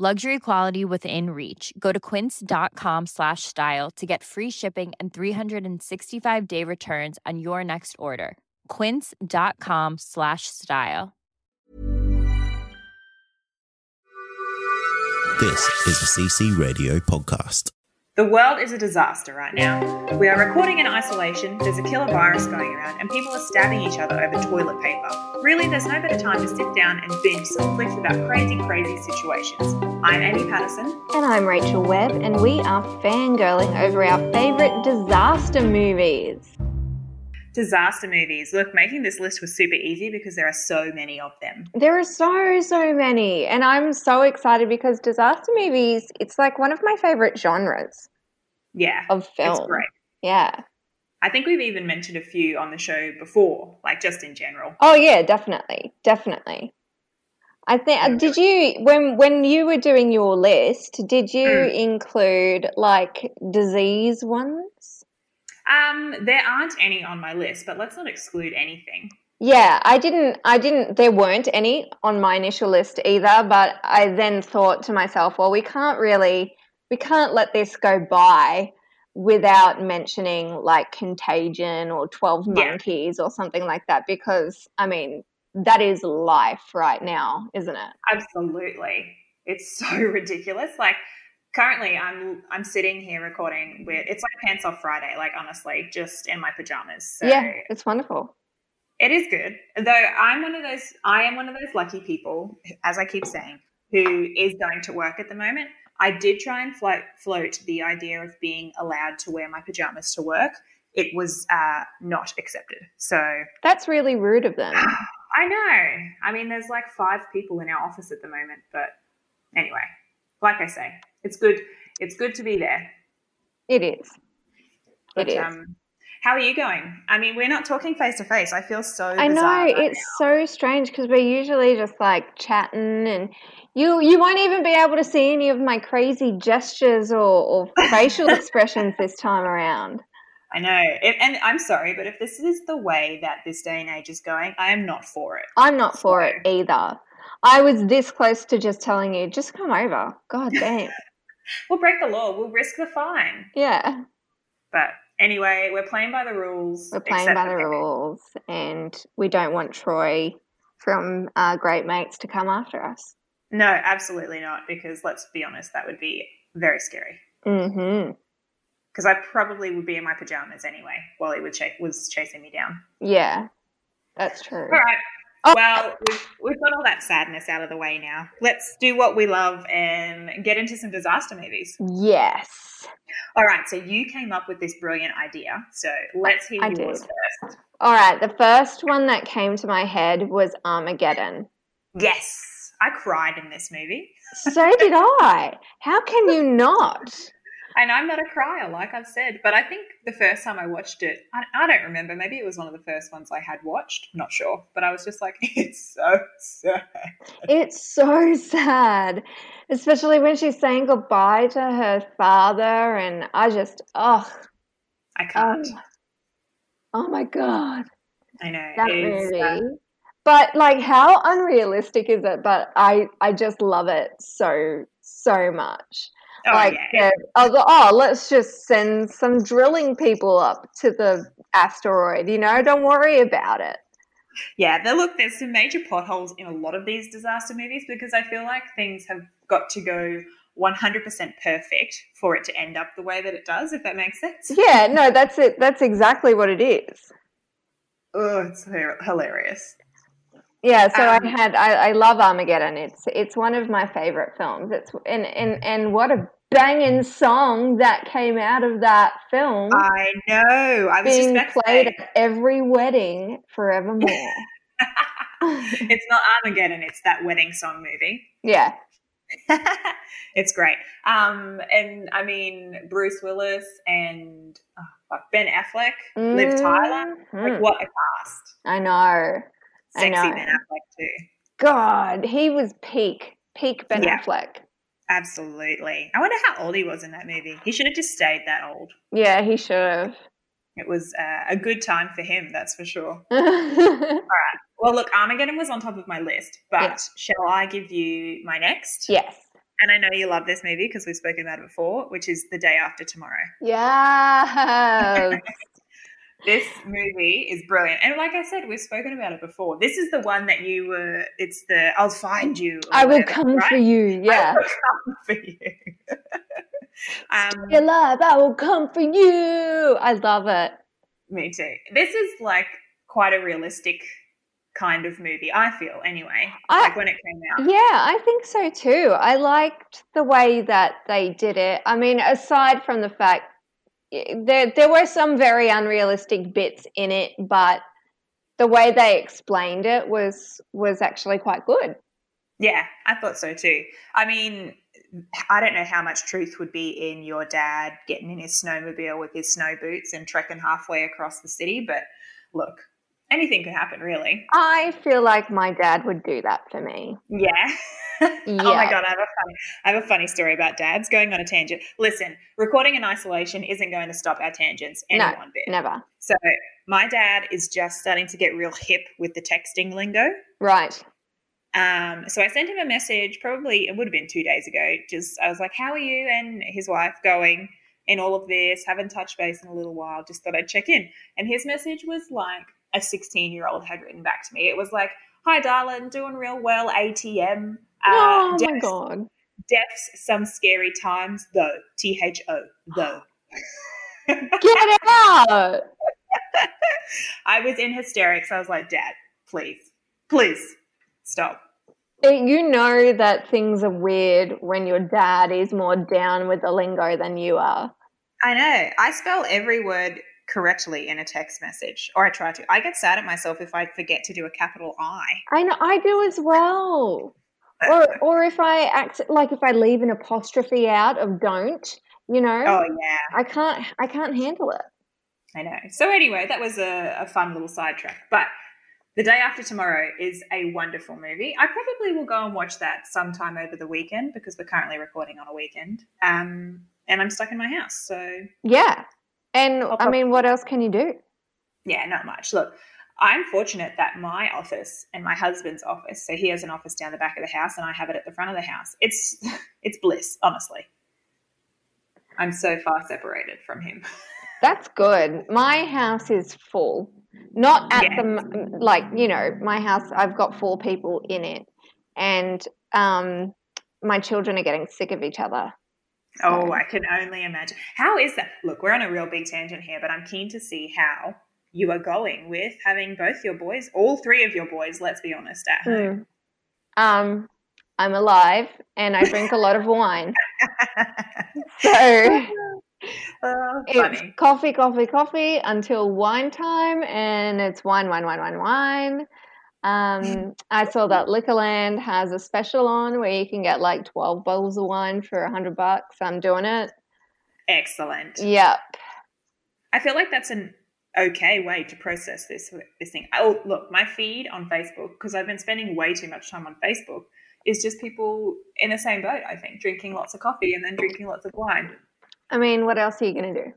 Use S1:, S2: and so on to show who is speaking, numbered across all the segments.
S1: Luxury quality within reach. Go to quince.com slash style to get free shipping and 365 day returns on your next order. Quince.com slash style.
S2: This is a CC Radio podcast.
S3: The world is a disaster right now. We are recording in isolation, there's a killer virus going around, and people are stabbing each other over toilet paper. Really, there's no better time to sit down and binge some clips about crazy, crazy situations. I'm Amy Patterson.
S4: And I'm Rachel Webb, and we are fangirling over our favourite disaster movies.
S3: Disaster movies. Look, making this list was super easy because there are so many of them.
S4: There are so, so many, and I'm so excited because disaster movies, it's like one of my favourite genres
S3: Yeah.
S4: of film.
S3: It's great.
S4: Yeah.
S3: I think we've even mentioned a few on the show before, like just in general.
S4: Oh, yeah, definitely. Definitely. I think, uh, did you, when, when you were doing your list, did you
S3: Mm.
S4: include like disease ones?
S3: Um, there aren't any on my list, but let's not exclude anything.
S4: Yeah, I didn't, I didn't, there weren't any on my initial list either, but I then thought to myself, well, we can't really, we can't let this go by without mentioning like Contagion or 12
S3: Yeah.
S4: Monkeys or something like that, because I mean, that is life right now, isn't it?
S3: Absolutely. It's so ridiculous. Like currently I'm I'm sitting here recording with it's like pants off Friday, like honestly, just in my pajamas. So
S4: Yeah, it's wonderful.
S3: it is good. Though I'm one of those I am one of those lucky people, as I keep saying, who is going to work at the moment. I did try and float float the idea of being allowed to wear my pajamas to work. It was uh, not accepted. So
S4: That's really rude of them.
S3: I know. I mean, there's like five people in our office at the moment, but anyway, like I say, it's good. It's good to be there.
S4: It is.
S3: But
S4: it is.
S3: um, how are you going? I mean, we're not talking face to face. I feel so.
S4: I know
S3: bizarre right
S4: it's so strange because we're usually just like chatting, and you you won't even be able to see any of my crazy gestures or, or facial expressions this time around.
S3: now. I know. It, and I'm sorry, but if this is the way that this day and age is going, I am not for it.
S4: I'm not for it either. I was this close to just telling you, just come over. God damn.
S3: We'll break the law. We'll risk the fine.
S4: Yeah,
S3: But anyway, we're playing by the rules.
S4: we're playing
S3: except
S4: by
S3: for
S4: the
S3: Kevin.
S4: rules, and we don't want Troy from uh, Great Mates to come after us.
S3: No, absolutely not. Because let's be honest, that would be very scary.
S4: Mm-hmm.
S3: because I probably would be in my pajamas anyway while he would cha- was chasing me down.
S4: Yeah, that's true.
S3: All right.
S4: Oh.
S3: Well, we've, we've got all that sadness out of the way now. Let's do what we love and get into some disaster movies.
S4: Yes.
S3: All right. So you came up with this brilliant idea. So let's hear
S4: I
S3: yours
S4: did.
S3: first.
S4: All right, the first one that came to my head was Armageddon.
S3: Yes. I cried in this movie.
S4: So did I. How can you not?
S3: And I'm not a crier, like I've said, but I think the first time I watched it, I, I don't remember. Maybe it was one of the first ones I had watched. Not sure. But I was just like, it's so sad.
S4: It's so sad, especially when she's saying goodbye to her father, and I just, oh,
S3: I can't.
S4: oh my god,
S3: I know.
S4: that
S3: it is,
S4: movie.
S3: uh,
S4: but like, how unrealistic is it? But I, I just love it so, so much.
S3: oh,
S4: like,
S3: yeah.
S4: the- oh, the- oh, let's just send some drilling people up to the asteroid. You know, don't worry about it.
S3: Yeah, there, look, there's some major potholes in a lot of these disaster movies because I feel like things have got to go 100% perfect for it to end up the way that it does, if that makes sense.
S4: Yeah, no, that's it. That's exactly what it is.
S3: Oh, it's hi- hilarious.
S4: Yeah, so
S3: Um,
S4: I had I, I love Armageddon. It's it's one of my favorite films. It's and and and what a banging song that came out of that film
S3: I know. Uh, I was just
S4: being
S3: about to
S4: played
S3: say,
S4: at every wedding forevermore.
S3: it's not Armageddon, it's that wedding song movie.
S4: yeah.
S3: it's great. Um, and I mean, Bruce Willis and oh, like Ben Affleck, Liv Tyler. Like
S4: Mhm.
S3: what a cast.
S4: I know. I
S3: Sexy
S4: know.
S3: Ben Affleck too.
S4: God, he was peak, peak Ben
S3: Yeah.
S4: Affleck.
S3: Absolutely. I wonder how old he was in that movie. He should have just stayed that old.
S4: Yeah, he should have.
S3: It was uh, a good time for him, that's for sure.
S4: yes.
S3: Well, look, Armageddon was on top of my list, but
S4: Yeah.
S3: shall I give you my next? And I know you love this movie because we've spoken about it before, which is The Day After Tomorrow.
S4: Yes.
S3: This movie is brilliant. And like I said, we've spoken about it before. This is the one that you were, it's the I'll find you. or
S4: I will
S3: whatever,
S4: come for
S3: right?
S4: you.
S3: I
S4: Yeah.
S3: will come for you. um,
S4: You're alive. I will come for you. I love it.
S3: Me too. This is like quite a realistic kind of movie, I feel, anyway.
S4: I- Mhm.
S3: like when it came out.
S4: Yeah, I think so too. I liked the way that they did it. I mean, aside from the fact there there were some very unrealistic bits in it, but the way they explained it was was actually quite good.
S3: Yeah, I thought so too. I mean, I don't know how much truth would be in your dad getting in his snowmobile with his snow boots and trekking halfway across the city, but look, anything could happen, really.
S4: I feel like my dad would do that for me.
S3: Yeah. Oh my
S4: Yeah.
S3: god, I have a funny, I have a funny story about dads going on a tangent. Listen, recording in isolation isn't going to stop our tangents any
S4: No,
S3: one bit.
S4: Never.
S3: So my dad is just starting to get real hip with the texting lingo.
S4: Right.
S3: Um, so I sent him a message, probably it would have been two days ago. Just I was like, "How are you and his wife going in all of this? Haven't touched base in a little while. Just thought I'd check in." And his message was like a sixteen-year-old had written back to me. It was like, "Hi, darling, doing real well. ATM.
S4: oh
S3: defs,
S4: my god.
S3: defs Uh, some scary times though. T H O though."
S4: Get out.
S3: I was in hysterics. I was like, Dad, please, please stop.
S4: It- You know that things are weird when your dad is more down with the lingo than you are.
S3: I know. I spell every word correctly in a text message, or I try to. I get sad at myself if I forget to do a capital I.
S4: I know I do as well. Or or if I act like if I leave an apostrophe out of don't, you know,
S3: Oh, yeah.
S4: I can't I can't handle it.
S3: I know. So, anyway, that was a, a fun little sidetrack. But The Day After Tomorrow is a wonderful movie. I probably will go and watch that sometime over the weekend because we're currently recording on a weekend. Um, and I'm stuck in my house. So,
S4: Yeah. And
S3: I'll
S4: I mean, what else can you do?
S3: yeah, not much. Look, I'm fortunate that my office and my husband's office, so he has an office down the back of the house and I have it at the front of the house. It's it's bliss, honestly. I'm so far separated from him.
S4: That's good. My house is full. Not at
S3: Yeah.
S4: the m- like, you know, my house I've got four people in it and um my children are getting sick of each other.
S3: Oh,
S4: So-
S3: I can only imagine. How is that? Look, we're on a real big tangent here, but I'm keen to see how you are going with having both your boys, all three of your boys, let's be honest, at home.
S4: Mm. Um, I'm alive and I drink a lot of wine. So
S3: Oh,
S4: it's
S3: funny.
S4: coffee, coffee, coffee until wine time, and it's wine, wine, wine, wine, wine. Um, I saw that Liquorland has a special on where you can get like 12 bottles of wine for 100 bucks. I'm doing it.
S3: Excellent.
S4: Yep.
S3: I feel like that's an okay way to process this this thing. Oh, look, my feed on Facebook because I've been spending way too much time on Facebook is just people in the same boat. I think drinking lots of coffee and then drinking lots of wine.
S4: I mean, what else are you going to do?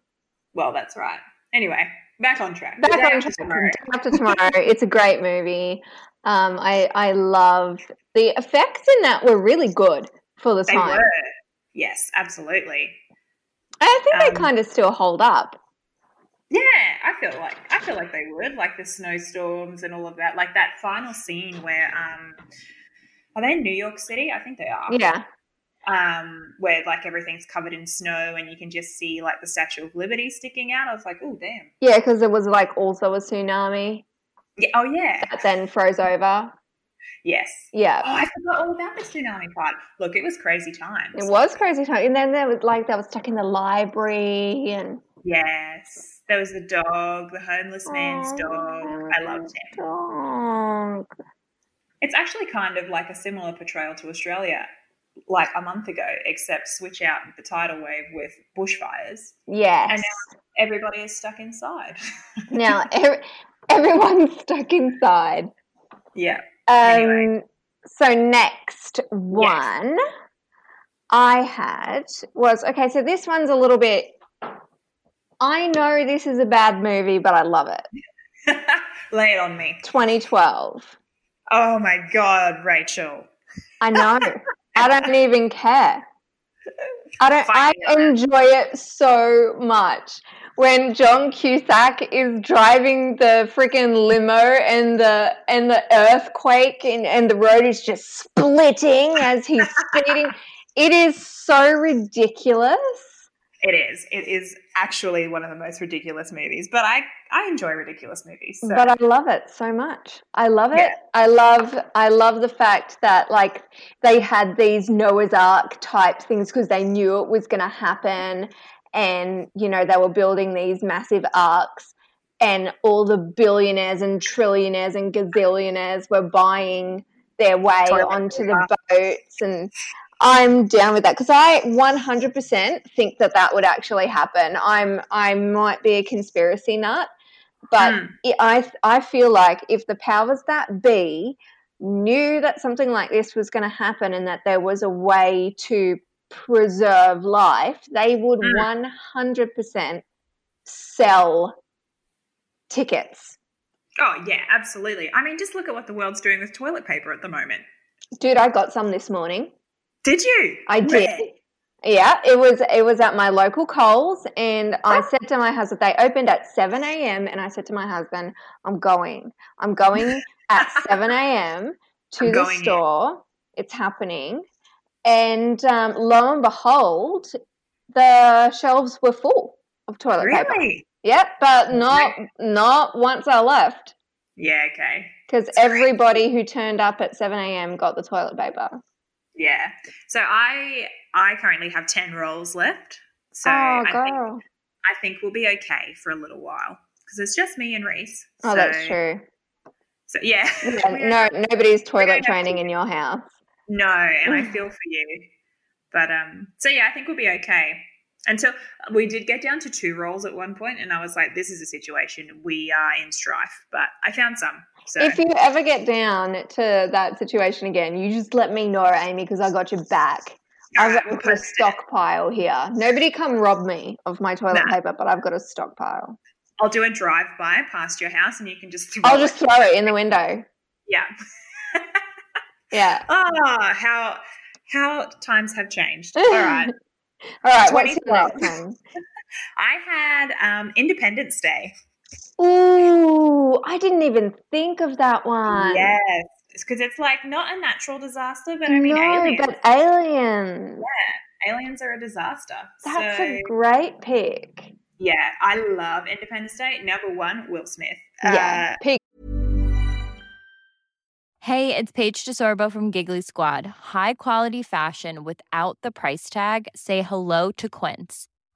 S3: Well, that's right. Anyway, back on track. The
S4: Back
S3: day
S4: on
S3: after
S4: track.
S3: tomorrow.
S4: Day After tomorrow, it's a great movie. Um, I I love the effects in that were really good for the
S3: They
S4: time.
S3: were. Yes, absolutely.
S4: I think they
S3: Um,
S4: kind of still hold up.
S3: Yeah, I feel like I feel like they would like the snowstorms and all of that. Like that final scene where um, are they in New York City? I think they are.
S4: Yeah.
S3: um, where like everything's covered in snow and you can just see like the Statue of Liberty sticking out. I was like, oh damn,
S4: Yeah, because there was like also a tsunami
S3: yeah, oh yeah,
S4: that then froze over.
S3: yes.
S4: Yeah.
S3: Oh, I forgot all about the tsunami part. Look, it was crazy times.
S4: It was crazy time. And then there was like they were stuck in the library and
S3: Yes, there was the dog, the homeless man's
S4: Oh,
S3: dog. I loved him.
S4: dog.
S3: It's actually kind of like a similar portrayal to Australia. like a month ago, except switch out the tidal wave with bushfires.
S4: Yes.
S3: And now everybody is stuck inside.
S4: now ev- everyone's stuck inside.
S3: yeah.
S4: Um,
S3: Anyway.
S4: So next one I had was okay. So this one's a little bit. I know this is a bad movie, but I love it.
S3: Lay it on me.
S4: 2012.
S3: Oh my God, Rachel.
S4: I know. I don't even care. I don't. I enjoy it so much. When John Cusack is driving the freaking limo and the and the earthquake and, and the road is just splitting as he's speeding, it is so ridiculous.
S3: It is. It is actually one of the most ridiculous movies, but I, I enjoy ridiculous movies. So.
S4: But I love it so much. I love it.
S3: Yeah.
S4: I love I love the fact that like they had these Noah's Ark type things because they knew it was going to happen and you know they were building these massive arcs and all the billionaires and trillionaires and gazillionaires were buying their way
S3: Toilet
S4: onto the
S3: paper.
S4: boats and I'm down with that because I 100% think that that would actually happen. I'm I might be a conspiracy nut, but
S3: Hmm.
S4: it- I I feel like if the powers that be knew that something like this was going to happen and that there was a way to preserve life, they would
S3: Mm.
S4: one hundred percent sell tickets.
S3: oh, yeah, absolutely. I mean, just look at what the world's doing with toilet paper at the moment.
S4: Dude, I got some this morning.
S3: Did you?
S4: I did.
S3: Where?
S4: Yeah, it was it was at my local Coles, and
S3: Oh.
S4: I said to my husband, they opened at seven a.m. and I said to my husband, I'm going, I'm going at seven a.m. to
S3: I'm
S4: the
S3: going in.
S4: store. It's happening, and um, lo and behold, the shelves were full of toilet paper.
S3: Really?
S4: Yep, but not not once I left
S3: Yeah, okay.
S4: because everybody who turned up at seven a.m. got the toilet paper.
S3: Yeah. So I I currently have 10 rolls left. So
S4: oh,
S3: I, think,
S4: girl,
S3: I think we'll be okay for a little while because it's just me and Reese.
S4: oh,
S3: so,
S4: that's true.
S3: So yeah. We're-
S4: Yeah, no, nobody's toilet
S3: have
S4: training in your house.
S3: No, and I feel for you. But um so yeah, I think we'll be okay. Until we did get down to two rolls at one point and I was like, this is a situation. We are in strife. But I found some. So
S4: If you ever get down to that situation again, you just let me know, Amy, because I got your back.
S3: All
S4: I've
S3: right,
S4: got
S3: we'll
S4: a
S3: post it.
S4: stockpile here. Nobody come rob me of my toilet
S3: Nah.
S4: paper, but I've got a stockpile.
S3: I'll do a drive by past your house and you can just throw
S4: I'll
S3: it.
S4: just throw it in the window.
S3: Yeah.
S4: Yeah.
S3: Oh, how how times have changed. All right.
S4: All right. What's your
S3: 2012.
S4: next one?
S3: I had um, Independence Day.
S4: Ooh, I didn't even think of that one.
S3: Yes, because it's like not a natural disaster, but I mean
S4: no,
S3: aliens.
S4: but aliens.
S3: aliens are a disaster.
S4: That's
S3: so
S4: a great pick.
S3: yeah, I love Independence Day. Number one, Will Smith.
S4: yeah.
S3: Uh,
S4: Pick
S1: Hey, it's Paige DeSorbo from Giggly Squad. High quality fashion without the price tag. Say hello to Quince.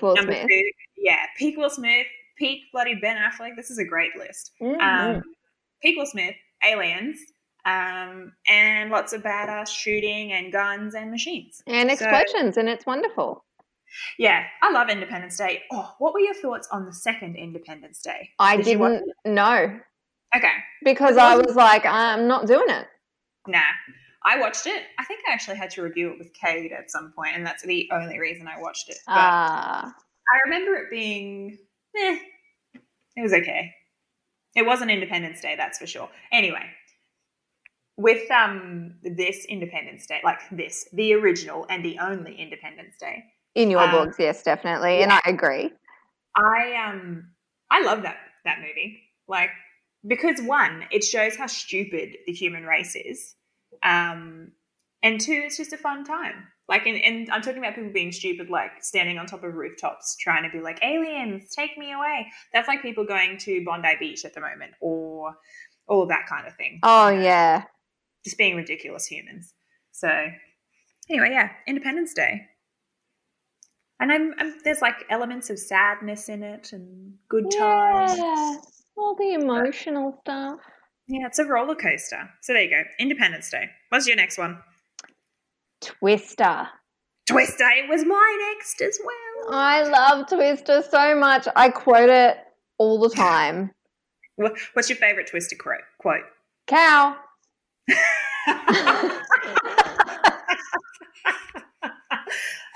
S4: Will
S3: number
S4: Smith.
S3: two, yeah, peak Will Smith, peak bloody Ben Affleck. This is a great list.
S4: Mhm.
S3: Um, peak Will Smith, aliens, um, and lots of badass shooting and guns and machines.
S4: and
S3: So-
S4: explosions, and it's wonderful.
S3: Yeah, I love Independence Day. Oh, what were your thoughts on the second Independence Day?
S4: I
S3: Did you watch
S4: didn't know
S3: it? Okay,
S4: because I was like, I'm not doing it.
S3: nah. I watched it. I think I actually had to review it with Cade at some point, and that's the only reason I watched it. But
S4: Ah,
S3: I remember it being, eh, it was okay. It wasn't Independence Day, that's for sure. Anyway, with um this Independence Day, like this, the original and the only Independence Day,
S4: in your
S3: um,
S4: books, yes, definitely, and I agree.
S3: I um I love that that movie. Like because one, it shows how stupid the human race is. Um and two, it's just a fun time. Like, and, and I'm talking about people being stupid, like standing on top of rooftops trying to be like, aliens, take me away. That's like people going to Bondi Beach at the moment or all of that kind of thing. Um,
S4: Oh yeah.
S3: Just being ridiculous humans. So, anyway, yeah, Independence Day. And I'm, I'm there's like elements of sadness in it and good
S4: Yeah.
S3: times.
S4: All the emotional stuff.
S3: Yeah, it's a roller coaster. So there you go. Independence Day. What's your next one?
S4: Twister.
S3: Twister. It was my next as well.
S4: I love Twister so much. I quote it all the time.
S3: Wha- What's your favorite Twister quote? quote?
S4: Cow.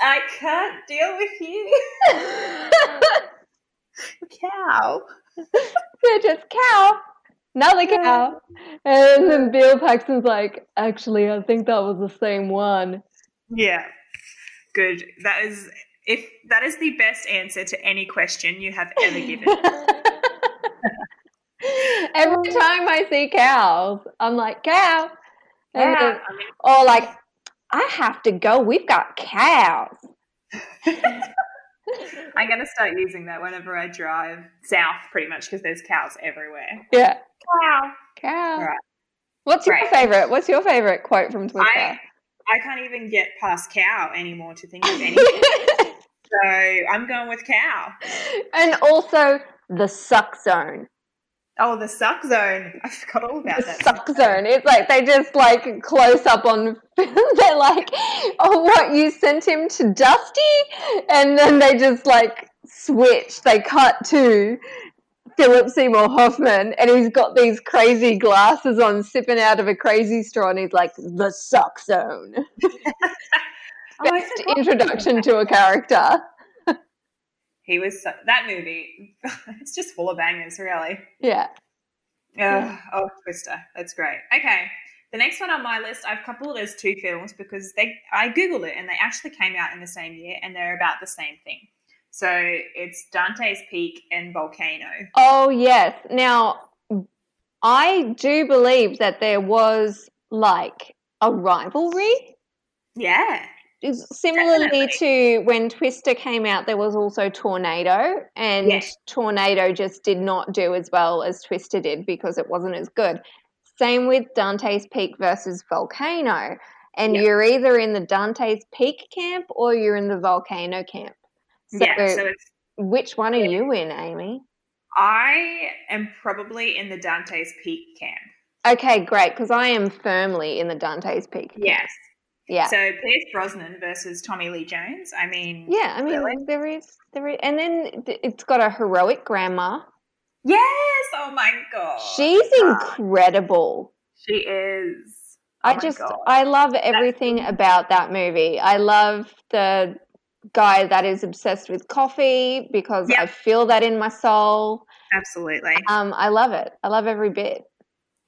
S3: I can't deal with you. Cow.
S4: They're just cow. Another
S3: Yeah.
S4: cow. And then Bill Paxton's like, actually, I think that was the same one.
S3: Yeah. Good. That is if that is the best answer to any question you have ever given.
S4: Every time I see cows, I'm like, cow. And then-
S3: yeah. I mean,
S4: or like, I have to go. We've got cows.
S3: I'm going to start using that whenever I drive south, pretty much, because there's cows everywhere.
S4: Yeah.
S3: Wow.
S4: Cow.
S3: Right.
S4: What's your
S3: Right.
S4: favorite? What's your favorite quote from Twister?
S3: I, I can't even get past cow anymore to think of anything. so I'm going with cow.
S4: and also the suck zone.
S3: Oh, the suck zone. I forgot all about
S4: The
S3: that.
S4: suck zone. It's like they just like close up on. they're like, oh, what you sent him to Dusty, and then they just like switch. They cut to Philip Seymour Hoffman, and he's got these crazy glasses on, sipping out of a crazy straw, and he's like, the suck zone.
S3: Oh, I
S4: Best
S3: forgot.
S4: introduction to a character.
S3: He was so, that movie. it's just full of bangers, really.
S4: Yeah.
S3: Ugh, oh, Twister. That's great. Okay. The next one on my list, I've coupled as two films because they I googled it and they actually came out in the same year and they're about the same thing. So it's Dante's Peak and Volcano.
S4: Oh, yes. Now, I do believe that there was like a rivalry.
S3: Yeah.
S4: It's Similarly
S3: Definitely.
S4: to when Twister came out, there was also Tornado, and
S3: Yes.
S4: Tornado just did not do as well as Twister did because it wasn't as good. Same with Dante's Peak versus Volcano. And
S3: Yep.
S4: you're either in the Dante's Peak camp or you're in the Volcano camp. So,
S3: yeah. So it's
S4: which one are you in, Amy?
S3: I am probably in the Dante's Peak camp.
S4: Okay, great, because I am firmly in the Dante's Peak.
S3: Yes.
S4: Yeah.
S3: So Pierce Brosnan versus Tommy Lee Jones. I mean,
S4: yeah, I mean,
S3: Really?
S4: there is, there is, and then th- it's got a heroic grandma.
S3: yes. Oh my god.
S4: She's
S3: Oh God.
S4: incredible.
S3: She is. Oh
S4: I
S3: my
S4: just,
S3: God.
S4: I love everything about that movie. I love the guy that is obsessed with coffee because I
S3: Yep.
S4: feel that in my soul.
S3: absolutely.
S4: Um, I love it. I love every bit.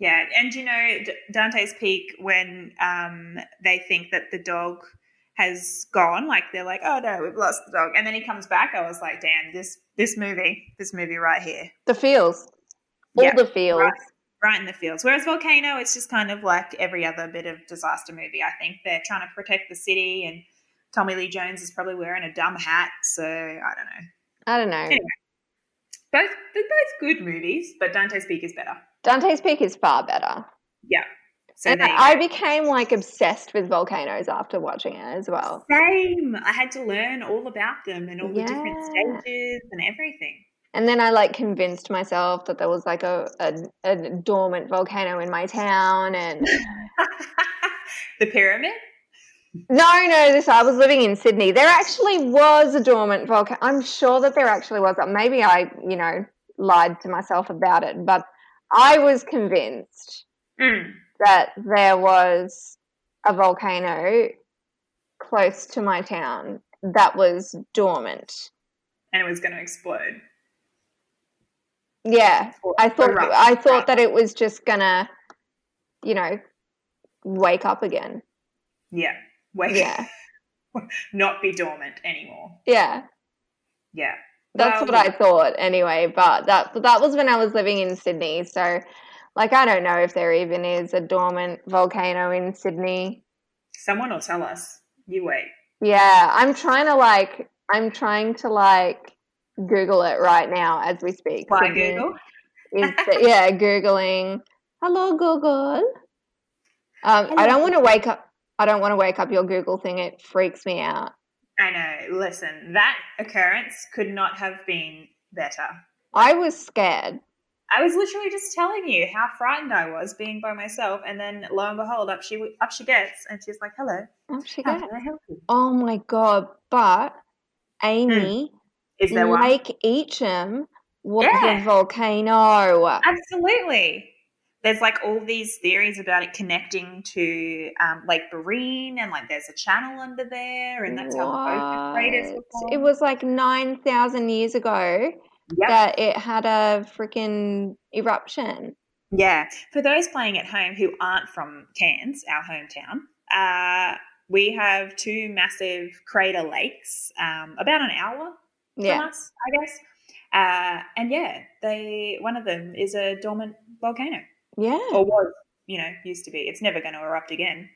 S3: Yeah, and you know D- Dante's Peak when um, they think that the dog has gone, like they're like, "Oh no, we've lost the dog," and then he comes back. I was like, "Damn this this movie, this movie right here,
S4: The feels, all
S3: Yeah,
S4: the feels.
S3: right. right in the fields." Whereas Volcano, it's just kind of like every other bit of disaster movie. I think they're trying to protect the city, and Tommy Lee Jones is probably wearing a dumb hat, so I don't know.
S4: I don't know.
S3: Anyway. Both they're both good movies, but Dante's Peak is better.
S4: Dante's Peak is far better.
S3: So
S4: and
S3: there you go.
S4: I became like obsessed with volcanoes after watching it as well.
S3: Same. I had to learn all about them and all the different
S4: Yeah.
S3: stages and everything.
S4: And then I like convinced myself that there was like a, a, a dormant volcano in my town. And
S3: the pyramid?
S4: no, no, this I was living in Sydney. There actually was a dormant volcano. I'm sure that there actually was. Maybe I, you know, lied to myself about it, but I was convinced
S3: Mm.
S4: that there was a volcano close to my town that was dormant.
S3: And it was going to explode.
S4: Yeah,
S3: Or
S4: I thought
S3: erupt.
S4: I thought that it was just gonna, you know, wake up again.
S3: Yeah. Wait.
S4: Yeah,
S3: Not be dormant anymore.
S4: yeah.
S3: Yeah.
S4: That's
S3: Well,
S4: what I thought anyway. But that but that was when I was living in Sydney. So, like, I don't know if there even is a dormant volcano in Sydney.
S3: Someone will tell us. You wait.
S4: Yeah, I'm trying to like I'm trying to like Google it right now as we speak.
S3: Why
S4: Sydney
S3: Google?
S4: Is yeah, Googling. Hello Google. Um, I
S3: Hello,
S4: don't want to wake up I don't want to wake up your Google thing. It freaks me out.
S3: I know. Listen, that occurrence could not have been better.
S4: I was scared.
S3: I was literally just telling you how frightened I was being by myself, and then lo and behold, up she up she gets, and she's like, "Hello,
S4: Oh, she
S3: how
S4: got-
S3: can I help you?"
S4: oh my god, but
S3: Hmm.
S4: Amy
S3: Is there one?
S4: Lake Eacham was
S3: Yeah.
S4: a volcano.
S3: Absolutely. There's like all these theories about it connecting to um, Lake Barine, and like there's a channel under there, and that's how the Ocean Raiders were
S4: What?
S3: formed.
S4: It was like 9,000 years ago
S3: Yep.
S4: that it had a freaking eruption.
S3: Yeah. For those playing at home who aren't from Cairns, our hometown, uh, we have two massive crater lakes, um, about an hour from
S4: Yeah.
S3: us, I guess. Uh, and yeah, they one of them is a dormant volcano,
S4: Yeah.
S3: or was, you know, used to be. It's never going to erupt again,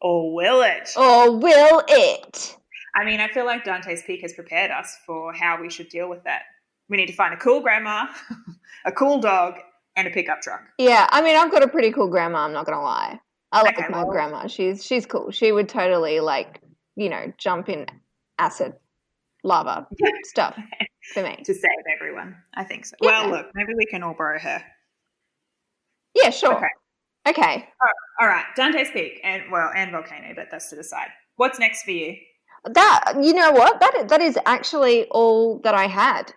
S3: or will it?
S4: Or will it?
S3: I mean, I feel like Dante's Peak has prepared us for how we should deal with that. We need to find a cool grandma, a cool dog, and a pickup truck.
S4: Yeah. I mean, I've got a pretty cool grandma, I'm not going to lie. I like
S3: Okay,
S4: my
S3: well-
S4: grandma. She's she's cool. She would totally like, you know, jump in acid, lava
S3: Yeah.
S4: stuff for me.
S3: to save everyone. I think so.
S4: Yeah.
S3: Well, look, maybe we can all borrow her.
S4: Yeah, sure. Okay.
S3: All right, Dante's Peak and well, and volcano, but that's to the side. What's next for you?
S4: That you know what? That that is actually all that I had.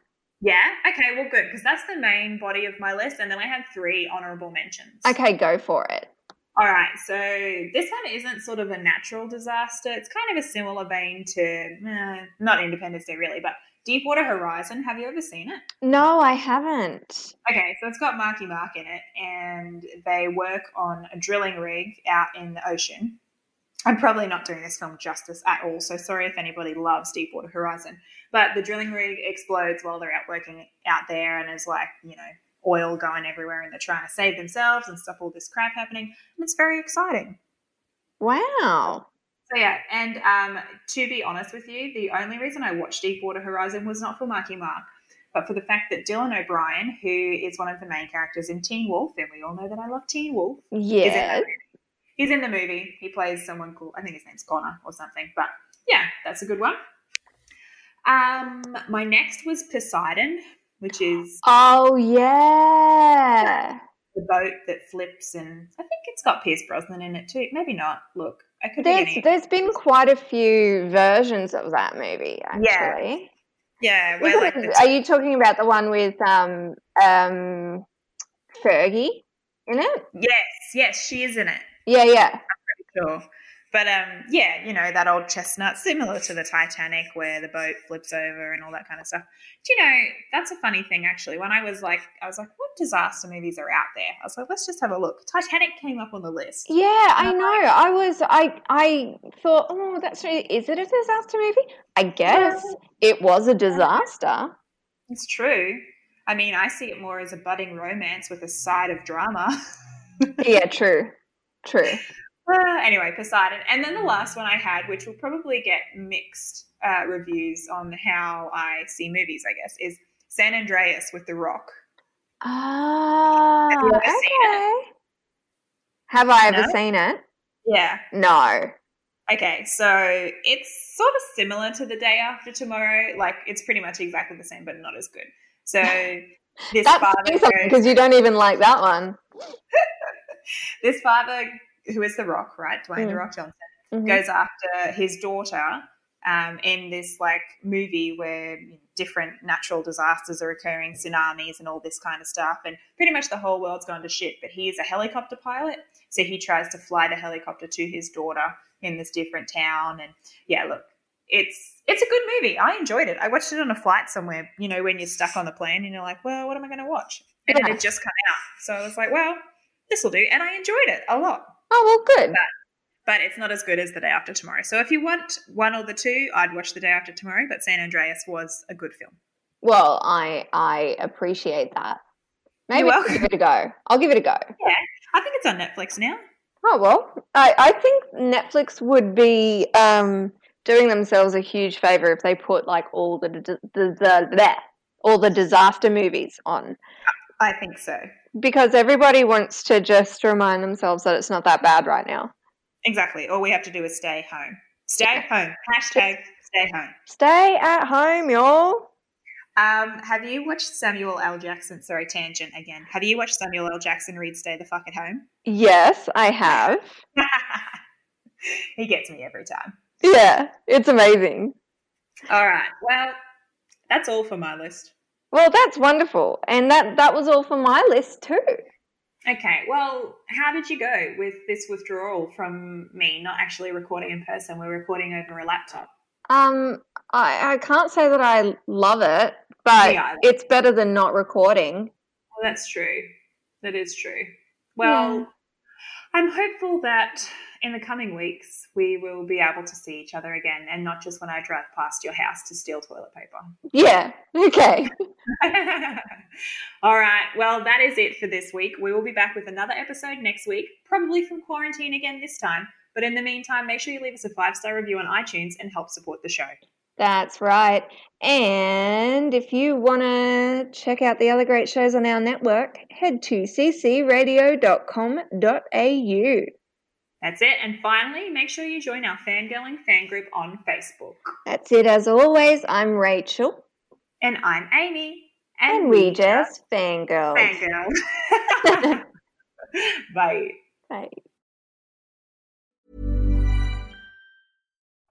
S3: Yeah. Okay. Well, good because that's the main body of my list, and then I have three honorable mentions.
S4: Okay, go for it.
S3: All right. So this one isn't sort of a natural disaster. It's kind of a similar vein to eh, not Independence Day really, but Deepwater Horizon. Have you ever seen it?
S4: No, I haven't.
S3: Okay, so it's got Marky Mark in it, and they work on a drilling rig out in the ocean. I'm probably not doing this film justice at all, so sorry if anybody loves Deepwater Horizon. But the drilling rig explodes while they're out working out there, and there's like, you know, oil going everywhere, and they're trying to save themselves and stuff, all this crap happening. And it's very exciting.
S4: Wow.
S3: So, yeah, and um, to be honest with you, the only reason I watched Deepwater Horizon was not for Marky Mark, but for the fact that Dylan O'Brien, who is one of the main characters in Teen Wolf, and we all know that I love Teen Wolf, is in that
S4: Yeah.
S3: movie. He's in the movie. He plays someone called, I think his name's Connor or something, but yeah, that's a good one. Um, my next was Poseidon, which is
S4: Oh yeah.
S3: the boat that flips, and I think it's got Pierce Brosnan in it too. Maybe not. Look, I could be
S4: There's
S3: any.
S4: there's been quite a few versions of that movie actually.
S3: Yeah,
S4: Is
S3: we're like
S4: it-
S3: the
S4: are you talking about the one with um um Fergie in it?
S3: Yes, yes, she is in it.
S4: Yeah, yeah.
S3: Sure. But um, yeah, you know, that old chestnut, similar to the Titanic where the boat flips over and all that kind of stuff. Do you know, that's a funny thing actually. When I was like, I was like, what disaster movies are out there? I was like, let's just have a look. Titanic came up on the list.
S4: Yeah, I
S3: Um,
S4: know. I was I I thought, oh, that's really is it a disaster movie? I guess
S3: Uh-huh.
S4: it was a disaster.
S3: It's true. I mean, I see it more as a budding romance with a side of drama.
S4: yeah, true. True.
S3: Uh, anyway, Poseidon. And then the last one I had, which will probably get mixed uh, reviews on how I see movies, I guess, is San Andreas with The Rock.
S4: Ah,
S3: you ever seen
S4: okay. Have I ever
S3: No?
S4: seen it?
S3: Yeah.
S4: No.
S3: Okay, so it's sort of similar to The Day After Tomorrow. Like, it's pretty much exactly the same, but not as good. So this
S4: That's
S3: father goes-
S4: because you don't even like that one.
S3: this father, who is The Rock, right? Dwayne The
S4: Mm.
S3: Rock Johnson.
S4: Mhm.
S3: goes after his daughter um, in this like movie where different natural disasters are occurring, tsunamis and all this kind of stuff, and pretty much the whole world's gone to shit. But he is a helicopter pilot, so he tries to fly the helicopter to his daughter in this different town. And yeah, look, it's it's a good movie. I enjoyed it. I watched it on a flight somewhere. You know, when you're stuck on the plane and you're like, well, what am I going to watch? And it
S4: Yeah.
S3: had just come out, so I was like, well, this will do. And I enjoyed it a lot
S4: Oh well, good.
S3: but it's not as good as the day after tomorrow. So if you want one or the two, I'd watch the day after tomorrow. But San Andreas was a good film.
S4: Well, I I appreciate that.
S3: You're
S4: Maybe I'll
S3: welcome.
S4: give it a go. I'll give it a go.
S3: I think it's on Netflix now.
S4: Oh well, I, I think Netflix would be um, doing themselves a huge favor if they put like all the the, the, the bleh, all the disaster movies on
S3: I think so.
S4: because everybody wants to just remind themselves that it's not that bad right now.
S3: Exactly. All we have to do is stay home. Stay home. Hashtag stay home.
S4: Stay at home, y'all.
S3: Um, have you watched Samuel L. Jackson? Sorry, tangent again. Have you watched Samuel L. Jackson read Stay the Fuck at Home?
S4: Yes, I have.
S3: he gets me every time.
S4: Yeah, it's amazing.
S3: All right. Well, that's all for my list.
S4: Well, that's wonderful, and that that was all for my list too.
S3: Okay. Well, how did you go with this withdrawal from me not actually recording in person? We're recording over a laptop.
S4: Um, I, I can't say that I love it, but
S3: Yeah.
S4: it's better than not recording.
S3: Well, that's true. That is true. Well,
S4: Yeah.
S3: I'm hopeful that in the coming weeks we will be able to see each other again and not just when I drive past your house to steal toilet paper.
S4: Yeah. Okay.
S3: All right. Well, that is it for this week. We will be back with another episode next week, probably from quarantine again this time. But in the meantime, make sure you leave us a five star review on iTunes and help support the show.
S4: That's right. And if you want to check out the other great shows on our network, head to ccradio.com.au.
S3: That's it. And finally, make sure you join our fangirling fan group on Facebook.
S4: That's it as always. I'm Rachel,
S3: And I'm Amy.
S4: and we
S3: are
S4: just fangirls.
S3: Fangirl. Bye.
S4: Bye.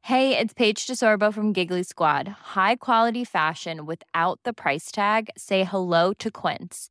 S1: Hey, it's Paige DeSorbo from Giggly Squad. High quality fashion without the price tag. Say hello to Quince.